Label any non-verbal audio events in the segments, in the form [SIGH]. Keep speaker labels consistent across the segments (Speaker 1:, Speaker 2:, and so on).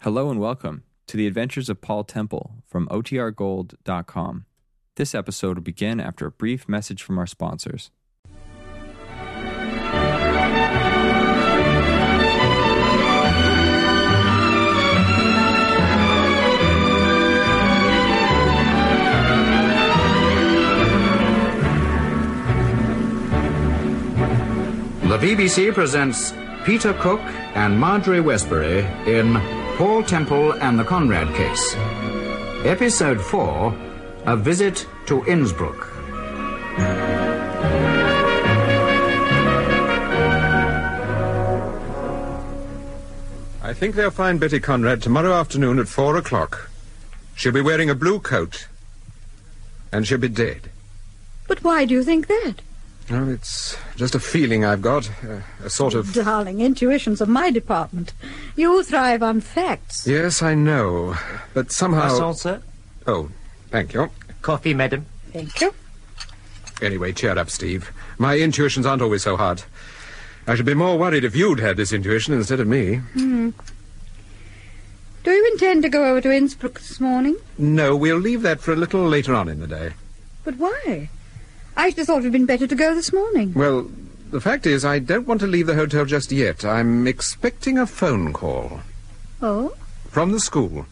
Speaker 1: Hello and welcome to the adventures of Paul Temple from OTRGold.com. This episode will begin after a brief message from our sponsors.
Speaker 2: The BBC presents Peter Cook and Marjorie Westbury in Paul Temple and the Conrad Case. Episode 4 A Visit to Innsbruck.
Speaker 3: I think they'll find Betty Conrad tomorrow afternoon at four o'clock. She'll be wearing a blue coat. And she'll be dead.
Speaker 4: But why do you think that?
Speaker 3: Oh, it's just a feeling I've got. Uh, a sort of.
Speaker 4: Darling, intuitions are my department. You thrive on facts.
Speaker 3: Yes, I know. But somehow.
Speaker 5: Croissant, sir.
Speaker 3: Oh, thank you.
Speaker 5: Coffee, madam.
Speaker 4: Thank you.
Speaker 3: Anyway, cheer up, Steve. My intuitions aren't always so hard. I should be more worried if you'd had this intuition instead of me.
Speaker 4: Do you intend to go over to Innsbruck this morning?
Speaker 3: No, we'll leave that for a little later on in the day.
Speaker 4: But why? I should have thought it had been better to go this morning.
Speaker 3: Well, the fact is, I don't want to leave the hotel just yet. I'm expecting a phone call
Speaker 4: Oh?
Speaker 3: from the school.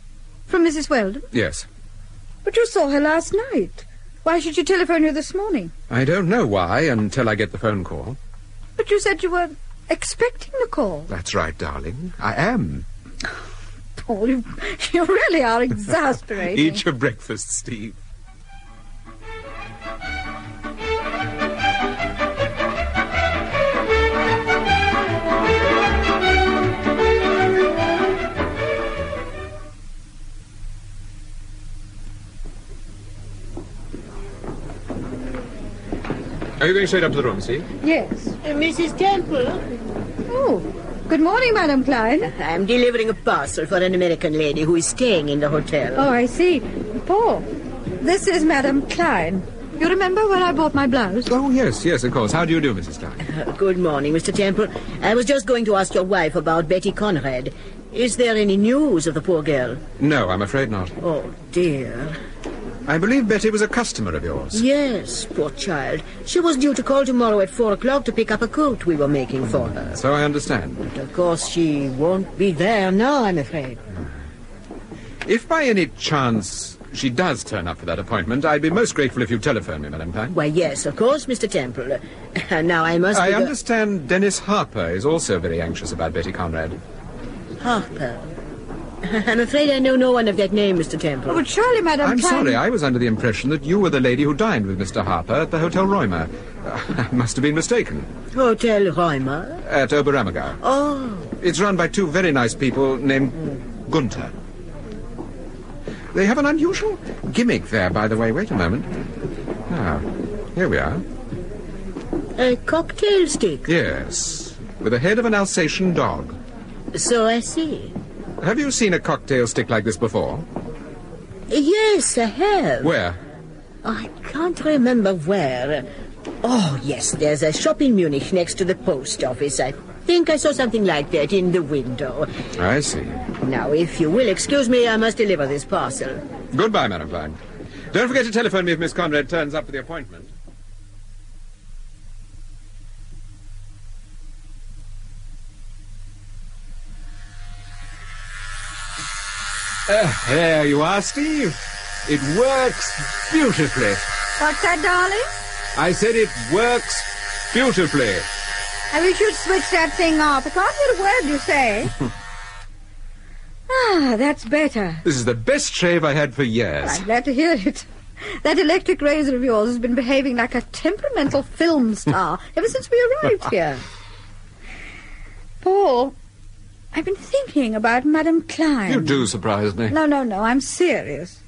Speaker 4: From Mrs. Weldon?
Speaker 3: Yes.
Speaker 4: But you saw her last night. Why should she telephone you this morning?
Speaker 3: I don't know why until I get the phone call.
Speaker 4: But you said you were expecting the call.
Speaker 3: That's right, darling. I am.
Speaker 4: Paul, you, [LAUGHS] you really are exasperating.
Speaker 3: Eat your breakfast, Steve. Are you going straight up to the room, Steve?
Speaker 4: Yes.
Speaker 6: Uh, Mrs. Temple,
Speaker 4: Oh, good morning, Madam Klein.
Speaker 6: I'm delivering a parcel for an American lady who is staying in the hotel.
Speaker 4: Oh, I see. Paul, this is Madam Klein. You remember when I bought my blouse?
Speaker 3: Oh, yes, yes, of course. How do you do, Mrs. Clark?
Speaker 6: Good morning, Mr. Temple. I was just going to ask your wife about Betty Conrad. Is there any news of the poor girl?
Speaker 3: No, I'm afraid not.
Speaker 6: Oh, dear.
Speaker 3: I believe Betty was a customer of yours.
Speaker 6: Yes, poor child. She was due to call tomorrow at four o'clock to pick up a coat we were making for her.
Speaker 3: So I understand.
Speaker 6: But of course, she won't be there now, I'm afraid.
Speaker 3: If by any chance she does turn up for that appointment, I'd be most grateful if you telephone me, Madam Klein.
Speaker 6: Why, yes, of course, Mr. Temple. [LAUGHS] now I must.
Speaker 3: I
Speaker 6: be go-
Speaker 3: understand Dennis Harper is also very anxious about Betty Conrad.
Speaker 6: Harper. [LAUGHS] I'm afraid I know no one of that name, Mr. Temple.
Speaker 4: Oh, but surely, Madam
Speaker 3: I'm
Speaker 4: Klein.
Speaker 3: sorry, I was under the impression that you were the lady who dined with Mr. Harper at the Hotel Roymer. Uh, [LAUGHS] I must have been mistaken.
Speaker 6: Hotel Reumer.
Speaker 3: At Oberammergau.
Speaker 6: Oh,
Speaker 3: It's run by two very nice people named Gunther. They have an unusual gimmick there, by the way. Wait a moment. Ah, here we are.
Speaker 6: a cocktail stick.
Speaker 3: Yes, with the head of an Alsatian dog.
Speaker 6: So I see.
Speaker 3: Have you seen a cocktail stick like this before?
Speaker 6: Yes, I have.
Speaker 3: Where?
Speaker 6: I can't remember where. Oh, yes, there's a shop in Munich next to the post office. I think I saw something like that in the window.
Speaker 3: I see.
Speaker 6: Now, if you will excuse me, I must deliver this parcel.
Speaker 3: Goodbye, Madam Klein. Don't forget to telephone me if Miss Conrad turns up for the appointment. Ah, there you are, Steve. It works beautifully.
Speaker 4: What's that, darling?
Speaker 3: I said it works beautifully.
Speaker 4: I wish you'd switch that thing off. I can't hear a word you
Speaker 3: [LAUGHS]
Speaker 4: say. ah, that's better.
Speaker 3: This is the best shave I had for years.
Speaker 4: I'm glad to hear it. That electric razor of yours has been behaving like a temperamental film
Speaker 3: [LAUGHS]
Speaker 4: star ever since we arrived here. Paul, I've been thinking about Madame Klein.
Speaker 3: You do surprise me.
Speaker 4: No, no, no. I'm serious.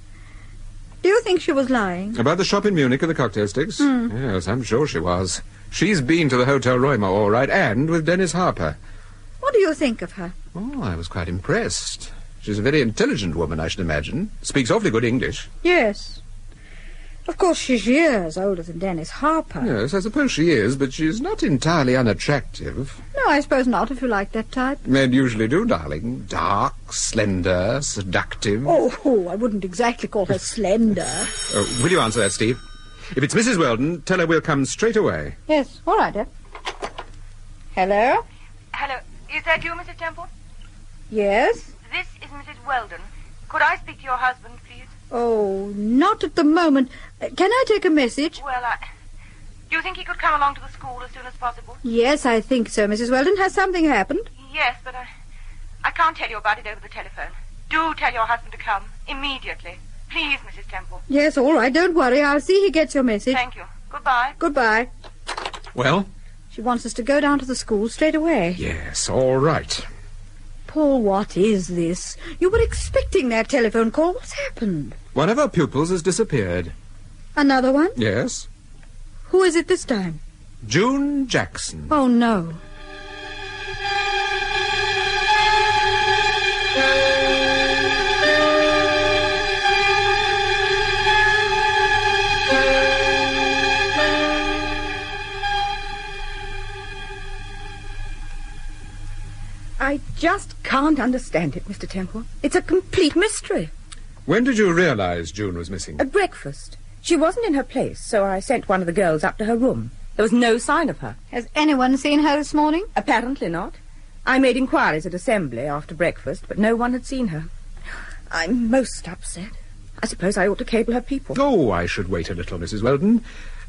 Speaker 4: Do you think she was lying?
Speaker 3: About the shop in Munich with the cocktail sticks? Yes, I'm sure she was. She's been to the Hotel Roymer, all right, and with Dennis Harper.
Speaker 4: What do you think of her?
Speaker 3: Oh, I was quite impressed. She's a very intelligent woman, I should imagine. Speaks awfully good English.
Speaker 4: Yes. Of course, she's years older than Dennis Harper.
Speaker 3: Yes, I suppose she is, but she's not entirely unattractive.
Speaker 4: No, I suppose not, if you like that type.
Speaker 3: Men usually do, darling. Dark, slender, seductive.
Speaker 4: Oh, oh, I wouldn't exactly call her slender.
Speaker 3: Oh, will you answer that, Steve? If it's Mrs. Weldon, tell her we'll come straight away.
Speaker 4: [LAUGHS] Yes, all right, Deb. Hello?
Speaker 5: Hello, is that you, Mrs. Temple?
Speaker 4: Yes?
Speaker 5: This is Mrs. Weldon. Could I speak to your husband, please?
Speaker 4: Oh, not at the moment. Uh, Can I take a message?
Speaker 5: Well, I. Do you think he could come along to the school as soon as possible?
Speaker 4: Yes, I think so, Mrs. Weldon. Has something happened?
Speaker 5: Yes, but I. I can't tell you about it over the telephone. Do tell your husband to come immediately. Please, Mrs. Temple.
Speaker 4: Yes, all right. Don't worry. I'll see he gets your message.
Speaker 5: Thank you. Goodbye.
Speaker 4: Goodbye.
Speaker 3: Well?
Speaker 4: She wants us to go down to the school straight away.
Speaker 3: Yes, all right.
Speaker 4: Paul, what is this? You were expecting that telephone call. What's happened?
Speaker 3: One of our pupils has disappeared.
Speaker 4: Another one?
Speaker 3: Yes?
Speaker 4: Who is it this time?
Speaker 3: June Jackson.
Speaker 4: Oh, no. I just can't understand it, Mr. Temple. It's a complete mystery.
Speaker 3: When did you realize June was missing?
Speaker 7: At breakfast. She wasn't in her place, so I sent one of the girls up to her room. There was no sign of her.
Speaker 4: Has anyone seen her this morning?
Speaker 7: Apparently not. I made inquiries at assembly after breakfast, but no one had seen her. I'm most upset. I suppose I ought to cable her people.
Speaker 3: Oh, I should wait a little, Mrs. Weldon.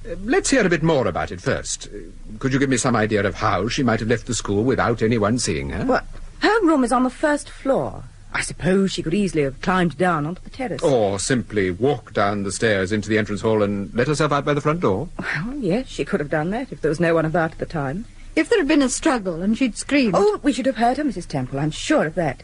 Speaker 3: Uh, Let's hear a bit more about it first. Uh, Could you give me some idea of how she might have left the school without anyone seeing her?
Speaker 7: Well, her room is on the first floor. I suppose she could easily have climbed down onto the terrace.
Speaker 3: Or simply walk down the stairs into the entrance hall and let herself out by the front door?
Speaker 7: Well, yes, she could have done that if there was no one about at the time.
Speaker 4: If there had been a struggle and she'd screamed.
Speaker 7: Oh, we should have heard her, Mrs. Temple. I'm sure of that.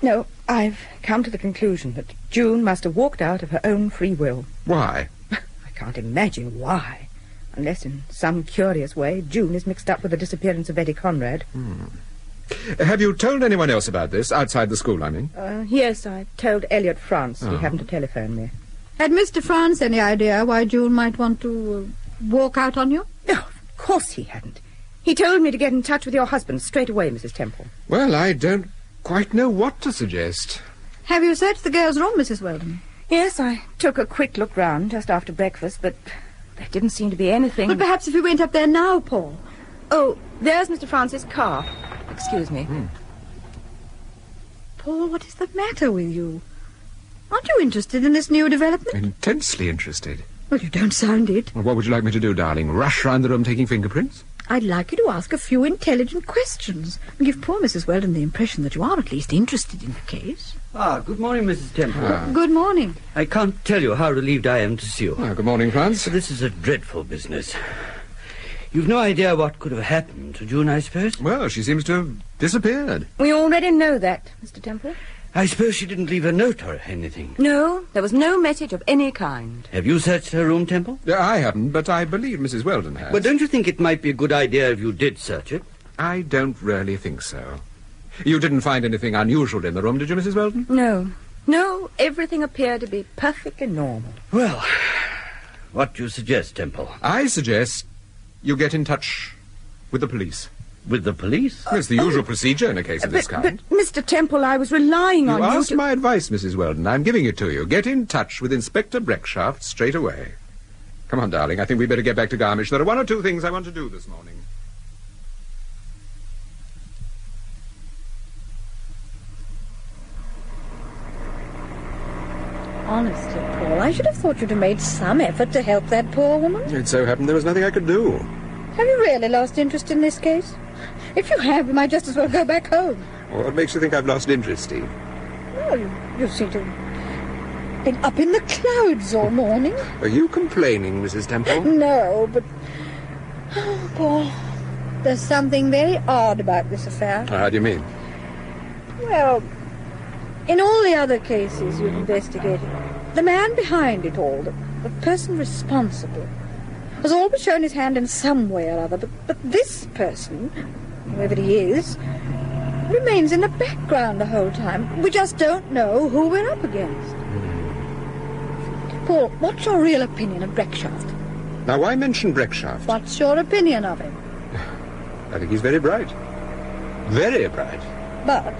Speaker 7: No, I've come to the conclusion that June must have walked out of her own free will.
Speaker 3: Why?
Speaker 7: I can't imagine why. Unless in some curious way June is mixed up with the disappearance of Eddie Conrad.
Speaker 3: Uh, Have you told anyone else about this, outside the school, I mean?
Speaker 7: Uh, yes, I told Elliot France. He happened to telephone me.
Speaker 4: Had Mr. France any idea why June might want to uh, walk out on you?
Speaker 7: No, of course he hadn't. He told me to get in touch with your husband straight away, Mrs. Temple.
Speaker 3: Well, I don't quite know what to suggest.
Speaker 4: Have you searched the girl's room, Mrs. Weldon?
Speaker 7: Yes, I took a quick look round just after breakfast, but there didn't seem to be anything.
Speaker 4: But perhaps if you went up there now, Paul.
Speaker 7: Oh, there's Mr. Francis Carr. Excuse me.
Speaker 4: Paul, what is the matter with you? Aren't you interested in this new development?
Speaker 3: Intensely interested.
Speaker 4: Well, you don't sound it.
Speaker 3: Well, what would you like me to do, darling? Rush round the room taking fingerprints?
Speaker 4: I'd like you to ask a few intelligent questions and give poor Mrs. Weldon the impression that you are at least interested in the case.
Speaker 8: Ah, good morning, Mrs. Temple.
Speaker 9: Ah.
Speaker 4: Good morning.
Speaker 8: I can't tell you how relieved I am to see you.
Speaker 3: Ah, good morning, France.
Speaker 8: This is a dreadful business. You've no idea what could have happened to June, I suppose?
Speaker 3: Well, she seems to have disappeared.
Speaker 7: We already know that, Mr. Temple.
Speaker 8: I suppose she didn't leave a note or anything.
Speaker 7: No, there was no message of any kind.
Speaker 8: Have you searched her room, Temple?
Speaker 3: Uh, I haven't, but I believe Mrs. Weldon has.
Speaker 8: Well, don't you think it might be a good idea if you did search it?
Speaker 3: I don't really think so. You didn't find anything unusual in the room, did you, Mrs. Weldon?
Speaker 7: No. No, everything appeared to be perfectly normal.
Speaker 8: Well, what do you suggest, Temple?
Speaker 3: I suggest you get in touch with the police.
Speaker 8: With the police?
Speaker 3: It's the usual procedure in a case of this
Speaker 7: Uh, oh. but,
Speaker 3: kind.
Speaker 7: but, Mr. Temple, I was relying
Speaker 3: You
Speaker 7: on you
Speaker 3: asked
Speaker 7: to...
Speaker 3: my advice, Mrs. Weldon. I'm giving it to you. Get in touch with Inspector Breckshaft straight away. Come on, darling. I think we better get back to Garmisch. There are one or two things I want to do this morning.
Speaker 4: Honestly, Paul, I should have thought you'd have made some effort to help that poor woman.
Speaker 3: It so happened there was nothing I could do.
Speaker 4: Have you really lost interest in this case? If you have, you might just as well go back home.
Speaker 3: What makes you think I've lost interest, Steve?
Speaker 4: Well, Oh, you, you seem to have been up in the clouds all morning.
Speaker 3: Are you complaining,
Speaker 7: [LAUGHS]
Speaker 3: Mrs. Temple?
Speaker 4: No, but. Oh, Paul. There's something very odd about this affair.
Speaker 3: Uh, How do you mean?
Speaker 4: Well, in all the other cases you've investigated, the man behind it all, the, the person responsible, has always shown his hand in some way or other, but, but this person, whoever he is, remains in the background the whole time. We just don't know who we're up against. Paul, what's your real opinion of Breckshaft?
Speaker 3: Now, why mention Breckshaft?
Speaker 4: What's your opinion of him?
Speaker 3: I think he's very bright. Very bright.
Speaker 4: But,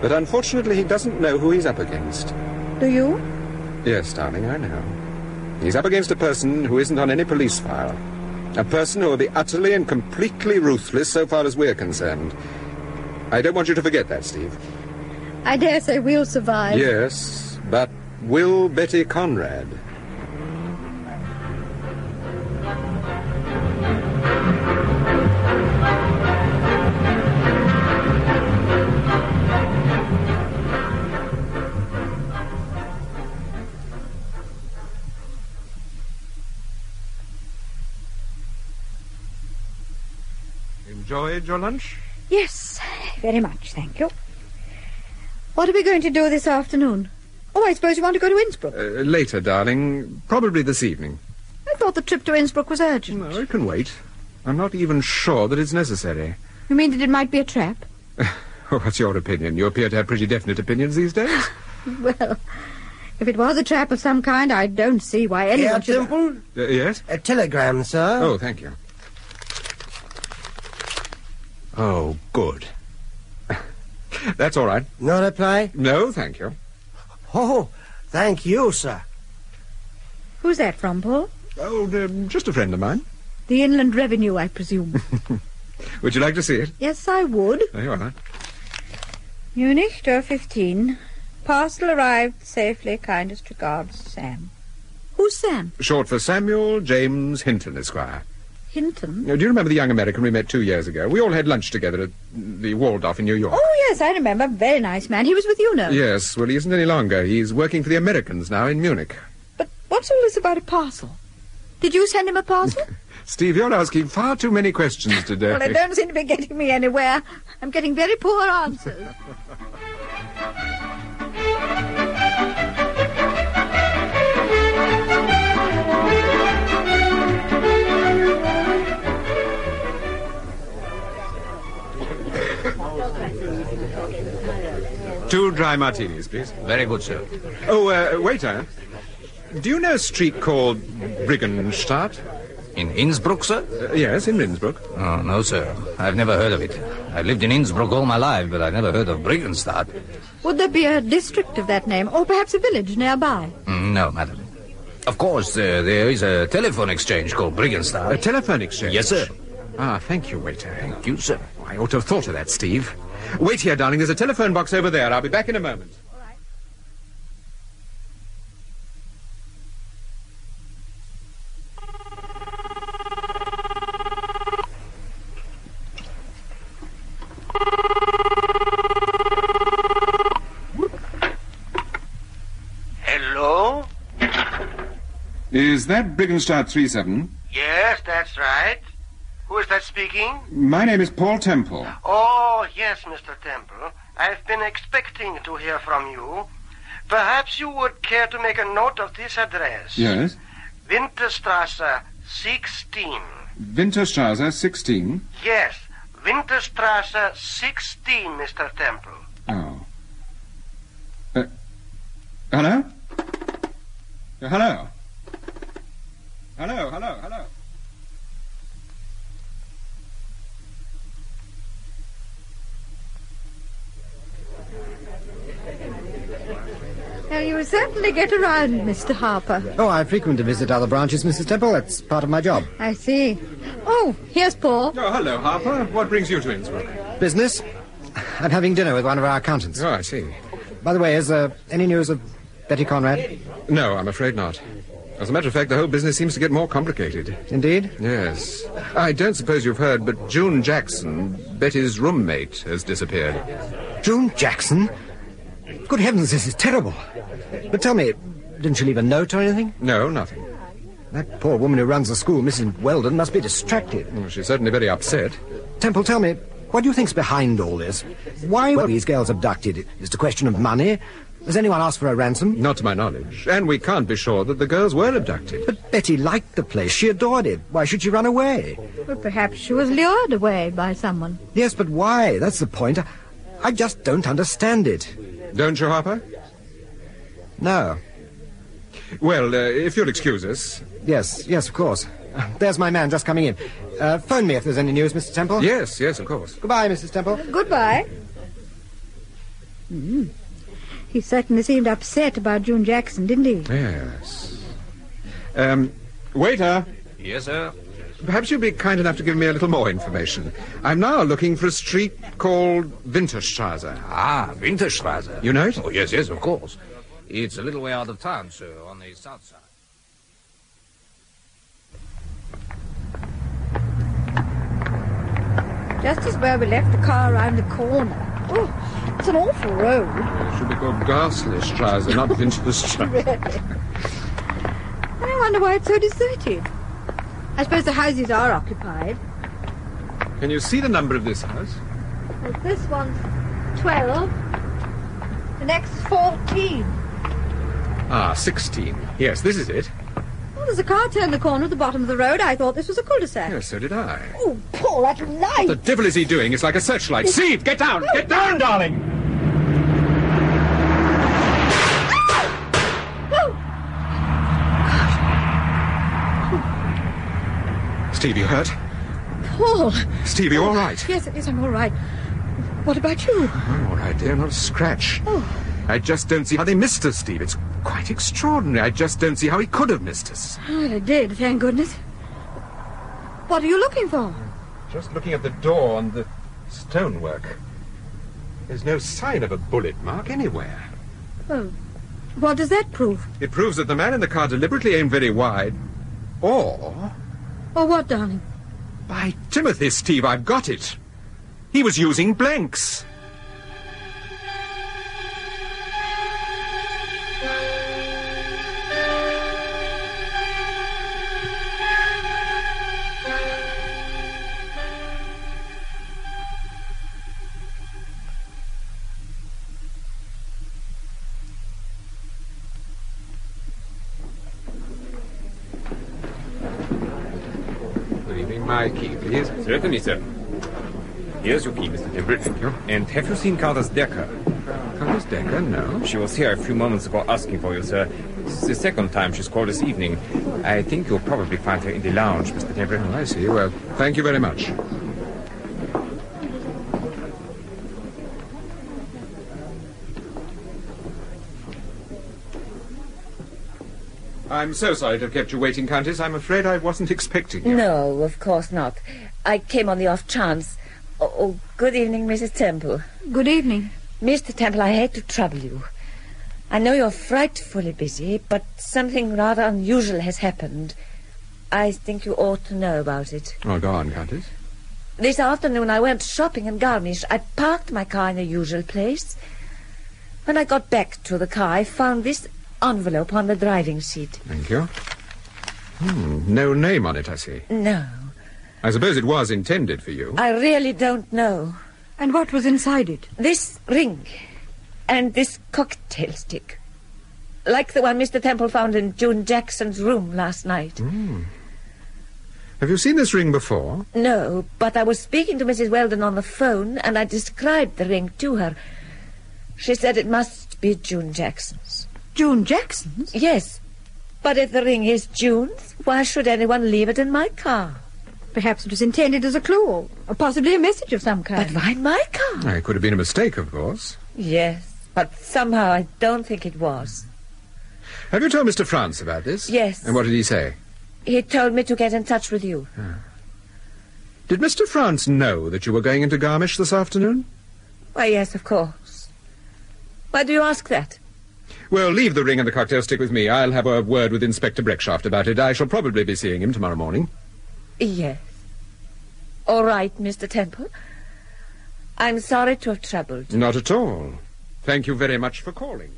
Speaker 3: But unfortunately, he doesn't know who he's up against.
Speaker 4: do you?
Speaker 3: Yes, darling, I know. He's up against a person who isn't on any police file. A person who will be utterly and completely ruthless so far as we're concerned. I don't want you to forget that, Steve.
Speaker 4: I dare say we'll survive.
Speaker 3: Yes, but will Betty Conrad? Enjoyed your lunch?
Speaker 4: Yes, very much, thank you. What are we going to do this afternoon? Oh, I suppose you want to go to Innsbruck.
Speaker 3: Uh, later, darling. Probably this evening.
Speaker 4: I thought the trip to Innsbruck was urgent.
Speaker 3: No, it can wait. I'm not even sure that it's necessary.
Speaker 4: You mean that it might be a trap? [LAUGHS]
Speaker 3: What's your opinion? You appear to have pretty definite opinions these days.
Speaker 4: Well, if it was a trap of some kind, I don't see why anyone
Speaker 10: Here,
Speaker 4: should...
Speaker 10: Temple.
Speaker 3: Uh, yes?
Speaker 10: A telegram, sir.
Speaker 3: Oh, thank you. Oh, good. [LAUGHS] That's all right.
Speaker 10: No reply?
Speaker 3: No, thank you.
Speaker 10: Oh, thank you, sir.
Speaker 4: Who's that from, Paul?
Speaker 3: Oh, um, just a friend of mine.
Speaker 4: The Inland Revenue, I presume.
Speaker 3: Would you like to see it?
Speaker 4: yes, I would.
Speaker 3: There you are.
Speaker 4: Munich, door 15. Parcel arrived safely. Kindest regards, Sam. Who's Sam?
Speaker 3: Short for Samuel James Hinton, Esquire.
Speaker 4: Hinton.
Speaker 3: Now, do you remember the young American we met two years ago? We all had lunch together at the Waldorf in New York.
Speaker 4: Oh, yes, I remember. Very nice man. He was with you now.
Speaker 3: Yes, well, he isn't any longer. He's working for the Americans now in Munich.
Speaker 4: But what's all this about a parcel? Did you send him a parcel?
Speaker 3: Steve, you're asking far too many questions today.
Speaker 4: well, they don't seem to be getting me anywhere. I'm getting very poor answers.
Speaker 3: Two dry martinis, please.
Speaker 2: Very good, sir.
Speaker 3: Oh, uh, waiter. Do you know a street called Briggenstadt?
Speaker 2: In Innsbruck, sir?
Speaker 3: Uh, yes, in Innsbruck.
Speaker 2: Oh, no, sir. I've never heard of it. I've lived in Innsbruck all my life, but I've never heard of Briggenstadt.
Speaker 4: Would there be a district of that name, or perhaps a village nearby?
Speaker 2: Mm, No, madam. Of course, uh, there is a telephone exchange called
Speaker 3: A
Speaker 2: Briggenstadt.
Speaker 3: telephone exchange.
Speaker 2: Yes, sir.
Speaker 3: Ah, thank you, waiter.
Speaker 2: Thank you, sir.
Speaker 3: I ought to have thought of that, Steve. Wait here, darling. There's a telephone box over there. I'll be back in a moment.
Speaker 10: Hello?
Speaker 3: Is that Briggenstadt 37?
Speaker 10: Yes, that's right. Who is that speaking?
Speaker 3: My name is Paul Temple.
Speaker 10: Oh, yes, Mr. Temple. I've been expecting to hear from you. Perhaps you would care to make a note of this address.
Speaker 3: Yes.
Speaker 10: Winterstrasse 16.
Speaker 3: Winterstrasse 16.
Speaker 10: Yes, Winterstrasse 16, Mr. Temple.
Speaker 3: Oh. Uh, hello? Uh, Hello? Hello, hello, hello.
Speaker 4: Now, you certainly get around, Mr. Harper.
Speaker 9: Oh, I frequently visit other branches, Mrs. Temple. That's part of my job.
Speaker 4: I see. Oh, here's Paul.
Speaker 3: Oh, hello, Harper. What brings you to Innsbruck?
Speaker 9: Business? I'm having dinner with one of our accountants.
Speaker 3: Oh, I see.
Speaker 9: By the way, is there any news of Betty Conrad?
Speaker 3: No, I'm afraid not. As a matter of fact, the whole business seems to get more complicated.
Speaker 9: Indeed?
Speaker 3: Yes. I don't suppose you've heard, but June Jackson, Betty's roommate, has disappeared.
Speaker 9: June Jackson? Good heavens, this is terrible. But tell me, didn't she leave a note or anything?
Speaker 3: No, nothing.
Speaker 9: That poor woman who runs the school, Mrs. Weldon, must be distracted.
Speaker 3: Well, She's certainly very upset.
Speaker 9: Temple, tell me, what do you think's behind all this? Why were these girls abducted? Is it a question of money? Has anyone asked for a ransom?
Speaker 3: Not to my knowledge. And we can't be sure that the girls were abducted.
Speaker 9: But Betty liked the place. She adored it. Why should she run away?
Speaker 4: Well, perhaps she was lured away by someone.
Speaker 9: Yes, but why? That's the point. I, I just don't understand it.
Speaker 3: Don't you, Harper?
Speaker 9: No.
Speaker 3: Well, uh, if you'll excuse us.
Speaker 9: Yes, yes, of course. There's my man just coming in. Uh, phone me if there's any news, Mrs. Temple.
Speaker 3: Yes, yes, of course.
Speaker 9: Goodbye, Mrs. Temple.
Speaker 4: Goodbye. Mm. He certainly seemed upset about June Jackson, didn't he?
Speaker 3: Yes. Um, waiter,
Speaker 11: Yes, sir.
Speaker 3: perhaps you'd be kind enough to give me a little more information. I'm now looking for a street called Winterstrasse.
Speaker 11: Ah, Winterstrasse.
Speaker 3: You know it?
Speaker 11: Oh, yes, yes, of course. It's a little way out of town, sir, on the south side.
Speaker 4: Just as where we left the car around the corner. Oh, it's an awful road. [LAUGHS]
Speaker 3: It should be called Gaslerstrasse, not Winterstrasse.
Speaker 4: Really. I wonder why it's so deserted. I suppose the houses are occupied.
Speaker 3: [LAUGHS] Can you see the number of this house?
Speaker 4: Well, this one's 12. The next 14.
Speaker 3: Ah, 16. Yes, this is it.
Speaker 4: Well, there's a car turned the corner at the bottom of the road. I thought this was a cul-de-sac.
Speaker 3: Yes, so did I.
Speaker 4: Oh, Paul, that light!
Speaker 3: The devil is he doing? It's like a searchlight. Steve, get down! Get down, darling!
Speaker 4: Oh,
Speaker 3: Steve, you hurt?
Speaker 4: Paul!
Speaker 3: Steve, you all right?
Speaker 4: Yes, yes, I'm all right. What about you?
Speaker 3: I'm all right, dear. Not a scratch. I just don't see how they missed us, Steve. It's quite extraordinary. I just don't see how he could have missed us.
Speaker 4: Well, it did, thank goodness. What are you looking for?
Speaker 3: Just looking at the door and the stonework. There's no sign of a bullet mark anywhere.
Speaker 4: Well, what does that prove?
Speaker 3: It proves that the man in the car deliberately aimed very wide. Or,
Speaker 4: Or what, darling?
Speaker 3: by Timothy, Steve, I've got it. He was using blanks. Leaving my key, please.
Speaker 12: Certainly, sir. Here's your key, Mr. Temple. Thank you. And have you seen Countess Decker?
Speaker 3: Countess Decker, no.
Speaker 12: She was here a few moments ago asking for you, sir. This is the second time she's called this evening. I think you'll probably find her in the lounge, Mr. Temple.
Speaker 3: Oh, I see. Well, thank you very much. I'm so sorry to have kept you waiting, Countess. I'm afraid I wasn't [LAUGHS] expecting you.
Speaker 13: No, of course not. I came on the off chance. Oh, oh, good evening, Mrs. Temple.
Speaker 4: Good evening.
Speaker 13: Mr. Temple, I hate to trouble you. I know you're frightfully busy, but something rather unusual has happened. I think you ought to know about it.
Speaker 3: Well, go on, Countess.
Speaker 13: This afternoon I went shopping in Garmisch. I parked my car in the usual place. When I got back to the car, I found this envelope on the driving seat.
Speaker 3: Thank you. Hmm, no name on it, I see.
Speaker 13: No,
Speaker 3: I suppose it was intended for you.
Speaker 13: I really don't know.
Speaker 4: And what was inside it?
Speaker 13: This ring and this cocktail stick. Like the one Mr. Temple found in June Jackson's room last night.
Speaker 3: Have you seen this ring before?
Speaker 13: No, but I was speaking to Mrs. Weldon on the phone and I described the ring to her. She said it must be June Jackson's.
Speaker 4: June Jackson's?
Speaker 13: Yes. But if the ring is June's, why should anyone leave it in my car?
Speaker 4: Perhaps it was intended as a clue, or, or possibly a message of some kind.
Speaker 13: But why my car?
Speaker 3: Eh, It could have been a mistake, of course.
Speaker 13: Yes, but somehow I don't think it was.
Speaker 3: Have you told Mr. France about this?
Speaker 13: Yes.
Speaker 3: And what did he say?
Speaker 13: He told me to get in touch with you.
Speaker 3: Did Mr. France know that you were going into Garmisch this afternoon?
Speaker 13: Why, yes, of course. Why do you ask that?
Speaker 3: Well, leave the ring and the cocktail stick with me. I'll have a word with Inspector Breckshaft about it. I shall probably be seeing him tomorrow morning.
Speaker 13: Yes. All right, Mr. Temple. I'm sorry to have troubled.
Speaker 3: Not at all. Thank you very much for calling.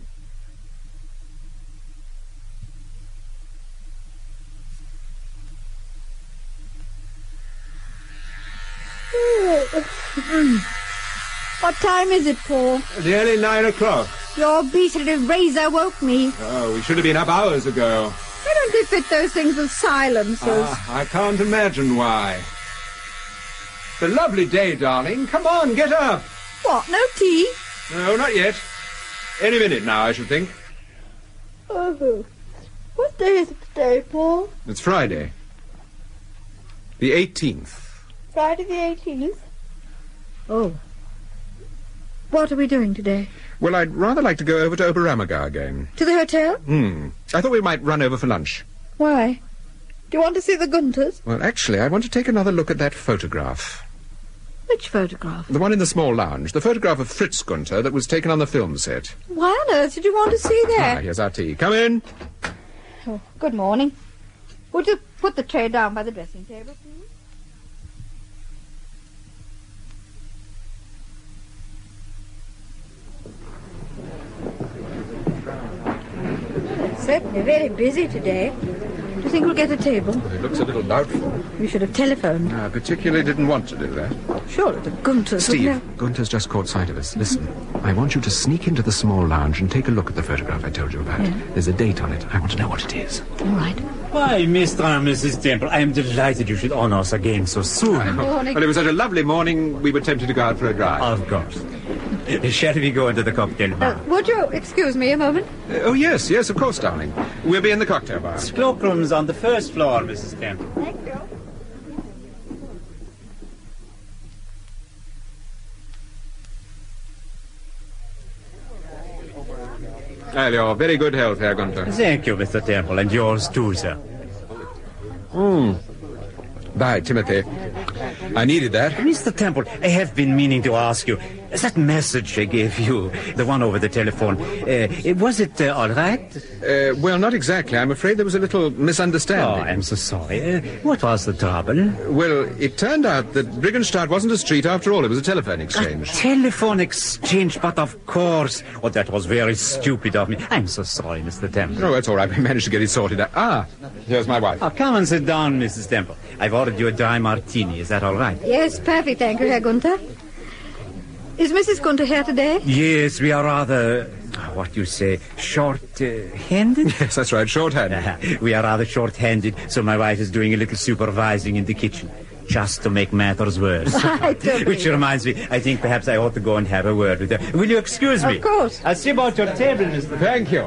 Speaker 4: What time is it, Paul?
Speaker 3: Nearly nine o'clock.
Speaker 4: Your beastly razor woke me.
Speaker 3: Oh, we should have been up hours ago.
Speaker 4: Why don't they fit those things with silencers?
Speaker 14: Ah.
Speaker 3: I can't imagine why. The lovely day, darling. Come on, get up.
Speaker 4: What, no tea?
Speaker 3: No, not yet. Any minute now, I should think.
Speaker 4: Oh.
Speaker 14: What day is it today, Paul?
Speaker 3: It's Friday. The 18th.
Speaker 14: Friday the 18th?
Speaker 4: Oh. What are we doing today?
Speaker 3: Well, I'd rather like to go over to Oberammergau again.
Speaker 4: To the hotel?
Speaker 3: Hmm. I thought we might run over for lunch.
Speaker 4: Why? Do you want to see the Gunters?
Speaker 3: Well, actually, I want to take another look at that photograph.
Speaker 4: Which photograph?
Speaker 3: The one in the small lounge. The photograph of Fritz Gunter that was taken on the film set.
Speaker 4: Why on earth did you want to see
Speaker 3: Ah,
Speaker 4: that?
Speaker 3: here's our tea. Come in.
Speaker 14: Oh, good morning. Would you put the tray down by the dressing table, please?
Speaker 4: It's certainly very busy today. Do you think we'll get a table?
Speaker 3: It looks a little doubtful.
Speaker 4: We should have telephoned.
Speaker 3: I particularly didn't want to do that.
Speaker 4: Surely the Gunters would know.
Speaker 3: Gunther's just caught sight of us. Listen, I want you to sneak into the small lounge and take a look at the photograph I told you about.
Speaker 4: Yeah.
Speaker 3: There's a date on it. I want to know what it is.
Speaker 4: All right.
Speaker 15: Why, Mr. and Mrs. Temple, I am delighted you should honor us again so
Speaker 9: [LAUGHS]
Speaker 15: soon.
Speaker 4: morning. Well,
Speaker 3: it was such a lovely morning, we were tempted to go out for a drive.
Speaker 15: Of course. Uh, Shall we go into the cocktail bar?
Speaker 4: Uh, would you excuse me a moment?
Speaker 3: oh, yes, yes, of course, darling. We'll be in the cocktail bar.
Speaker 15: Cloakroom's on the first floor, Mrs. Temple.
Speaker 3: Well, your very good health, Herr Gunther.
Speaker 15: Thank you, Mr. Temple, and yours too, sir.
Speaker 3: Hmm. Bye, Timothy. I needed that.
Speaker 15: Mr. Temple, I have been meaning to ask you. That message I gave you, the one over the telephone, uh, was it uh, all right?
Speaker 3: Uh, well, not exactly. I'm afraid there was a little misunderstanding.
Speaker 15: Oh, I'm so sorry. Uh, what was the trouble?
Speaker 3: Well, it turned out that Briggenstadt wasn't a street after all. It was a telephone exchange. [LAUGHS]
Speaker 15: Telephone exchange, but of course. Oh, that was very stupid of me. I'm so sorry, Mr. Temple.
Speaker 3: No, Oh, that's all right. We managed to get it sorted out. Ah, here's my wife.
Speaker 15: Oh, come and sit down, Mrs. Temple. I've ordered you a dry martini. Is that all right?
Speaker 4: Yes, perfect, thank you, Herr Gunther. Is Mrs. Gunther
Speaker 14: [LAUGHS]
Speaker 4: here today?
Speaker 15: Yes, we are rather, what you say, [LAUGHS] short-handed?
Speaker 3: yes, that's right, [LAUGHS]
Speaker 15: short-handed. [LAUGHS] we are rather short-handed, so my wife is doing a little supervising in the kitchen, just to make
Speaker 4: [LAUGHS]
Speaker 15: matters worse.
Speaker 4: I don't
Speaker 15: [LAUGHS] Which
Speaker 4: know.
Speaker 15: reminds me, I think perhaps I ought to go and have a word with her. Will you excuse me?
Speaker 4: Of course.
Speaker 15: I'll see about your table, Mr.
Speaker 3: Thank you.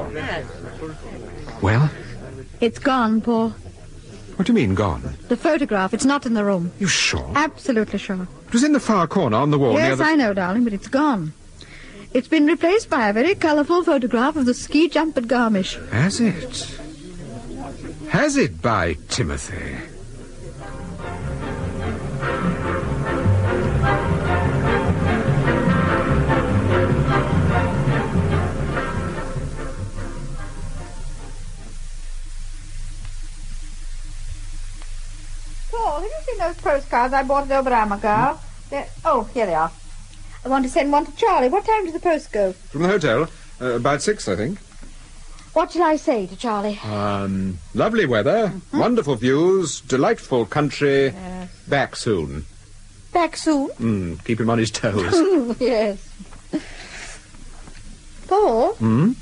Speaker 3: Well?
Speaker 4: It's gone, Paul.
Speaker 3: What do you mean, gone?
Speaker 4: The photograph, it's not in the room.
Speaker 3: You sure?
Speaker 4: Absolutely sure.
Speaker 3: It was in the far corner on the wall near
Speaker 4: yes,
Speaker 3: the...
Speaker 4: I know, darling, but it's gone. It's been replaced by a very colourful photograph of the ski jump at Garmisch.
Speaker 3: Has it? Has it by Timothy?
Speaker 14: Paul, have you seen those postcards I bought at Oberammergau? They're- Oh, here they are. I want to send one to Charlie. What time does the post go?
Speaker 3: From the hotel? Uh, about six, I think.
Speaker 14: What shall I say to Charlie?
Speaker 3: Um, lovely weather, wonderful views, delightful country. Back soon.
Speaker 4: Back soon? [LAUGHS]
Speaker 3: Mm, keep him on his toes.
Speaker 4: yes. Paul,
Speaker 3: Hmm?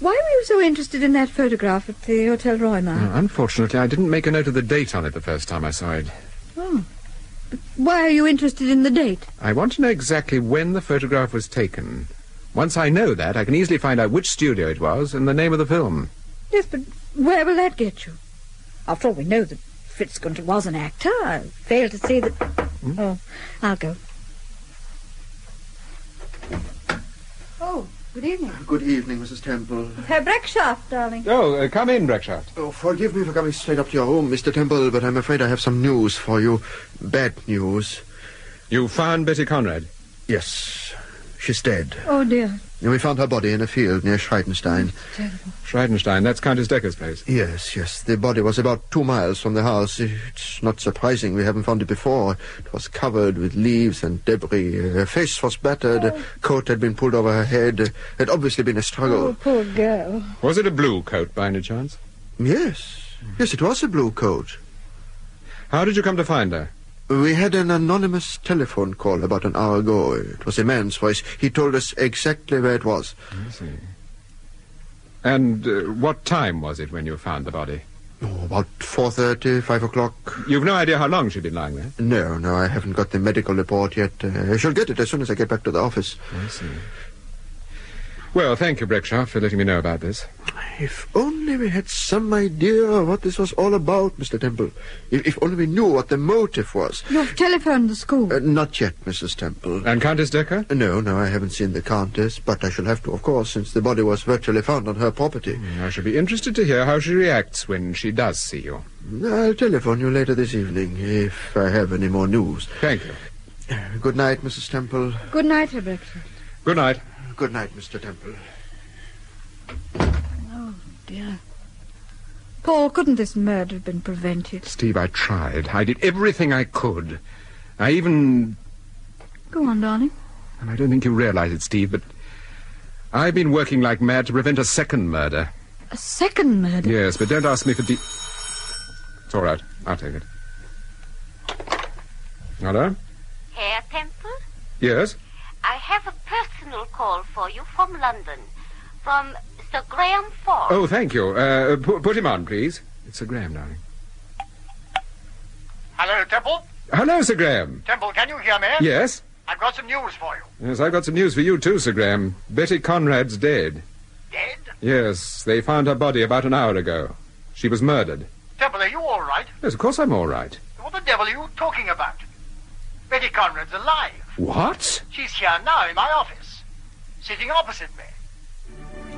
Speaker 4: why were you so interested in that photograph at the Hotel Roymar?
Speaker 3: Uh, [LAUGHS] Unfortunately, I didn't make a note of the date on it the first time I saw it.
Speaker 4: Oh. But why are you interested in the date?
Speaker 3: I want to know exactly when the photograph was taken. Once I know that, I can easily find out which studio it was and the name of the film.
Speaker 4: Yes, but where will that get you? After all, we know that Fritz Gunther was an actor. I fail to see that. Oh, I'll go. Oh, good evening.
Speaker 16: Good evening, Mrs. Temple.
Speaker 4: Herr Breckschaft, darling.
Speaker 3: Oh, uh, come in, Breckshaft.
Speaker 16: Oh, forgive me for coming straight up to your room, Mr. Temple, but I'm afraid I have some news for you. Bad news.
Speaker 3: You found Betty Conrad?
Speaker 16: Yes. She's dead.
Speaker 4: Oh, dear.
Speaker 16: We found her body in a field near Schreidenstein.
Speaker 4: Terrible.
Speaker 3: Schreidenstein, that's Countess Decker's place.
Speaker 16: Yes, yes. The body was about two miles from the house. It's not surprising we haven't found it before. It was covered with leaves and debris. Her face was battered. A coat had been pulled over her head. It had obviously been a struggle.
Speaker 4: Oh, poor girl.
Speaker 3: Was it a blue coat by any chance?
Speaker 16: Yes. Yes, it was a blue coat.
Speaker 3: How did you come to find her?
Speaker 16: We had an anonymous telephone call about an hour ago. It was a man's voice. He told us exactly where it was.
Speaker 3: I see. And uh, what time was it when you found the body?
Speaker 16: Oh, about four thirty, five o'clock.
Speaker 3: You've no idea how long she'd been lying there.
Speaker 16: No, no, I haven't got the medical report yet. Uh, I shall get it as soon as I get back to the office.
Speaker 3: I see. Well, thank you, Breckshaft, for letting me know about this.
Speaker 16: If only we had some idea of what this was all about, Mr. Temple. If, if only we knew what the motive was.
Speaker 4: You've telephoned the school.
Speaker 16: Uh, not yet, Mrs. Temple.
Speaker 3: And Countess Decker?
Speaker 16: No, no, I haven't seen the Countess, but I shall have to, of course, since the body was virtually found on her property.
Speaker 3: I shall be interested to hear how she reacts when she does see you.
Speaker 16: I'll telephone you later this evening if I have any more news.
Speaker 3: Thank you.
Speaker 16: Good night, Mrs. Temple.
Speaker 4: Good night, Herr Breakfast.
Speaker 3: Good night.
Speaker 16: Good night, Mr. Temple.
Speaker 4: Oh, dear. Paul, couldn't this murder have been prevented?
Speaker 3: Steve, I tried. I did everything I could. I even.
Speaker 4: Go on, darling.
Speaker 3: And I don't think you realize it, Steve, but I've been working like mad to prevent a second murder.
Speaker 4: A second murder?
Speaker 3: Yes, but don't ask me for de. It's all right. I'll take it. Hello?
Speaker 17: Herr Temple,
Speaker 3: Yes?
Speaker 17: I have a personal call for you from London, from Sir Graham Forbes.
Speaker 3: Oh, thank you. Uh, pu- put him on, please. It's Sir Graham, darling.
Speaker 18: Hello, Temple.
Speaker 3: Hello, Sir Graham.
Speaker 18: Temple, can you hear me?
Speaker 3: Yes?
Speaker 18: I've got some news for you.
Speaker 3: Yes, I've got some news for you, too, Sir Graham. Betty Conrad's dead.
Speaker 18: Dead?
Speaker 3: Yes, they found her body about an hour ago. She was murdered.
Speaker 18: Temple, are you all right?
Speaker 3: Yes, of course I'm all right.
Speaker 18: What the devil are you talking about? Betty Conrad's alive.
Speaker 3: What?
Speaker 18: She's here now in my office, sitting opposite me.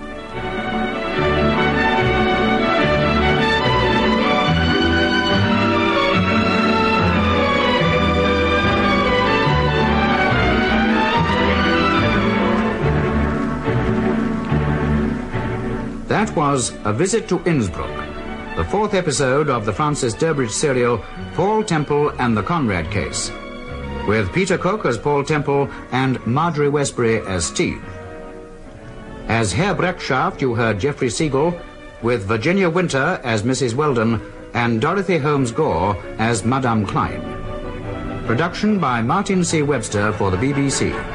Speaker 2: That was A Visit to Innsbruck, the fourth episode of the Francis Durbridge serial Paul Temple and the Conrad Case, with Peter Cook as Paul Temple and Marjorie Westbury as Steve. As Herr Breckschaft, you heard Jeffrey Siegel, with Virginia Winter as Mrs. Weldon and Dorothy Holmes Gore as Madame Klein. Production by Martin C. Webster for the BBC.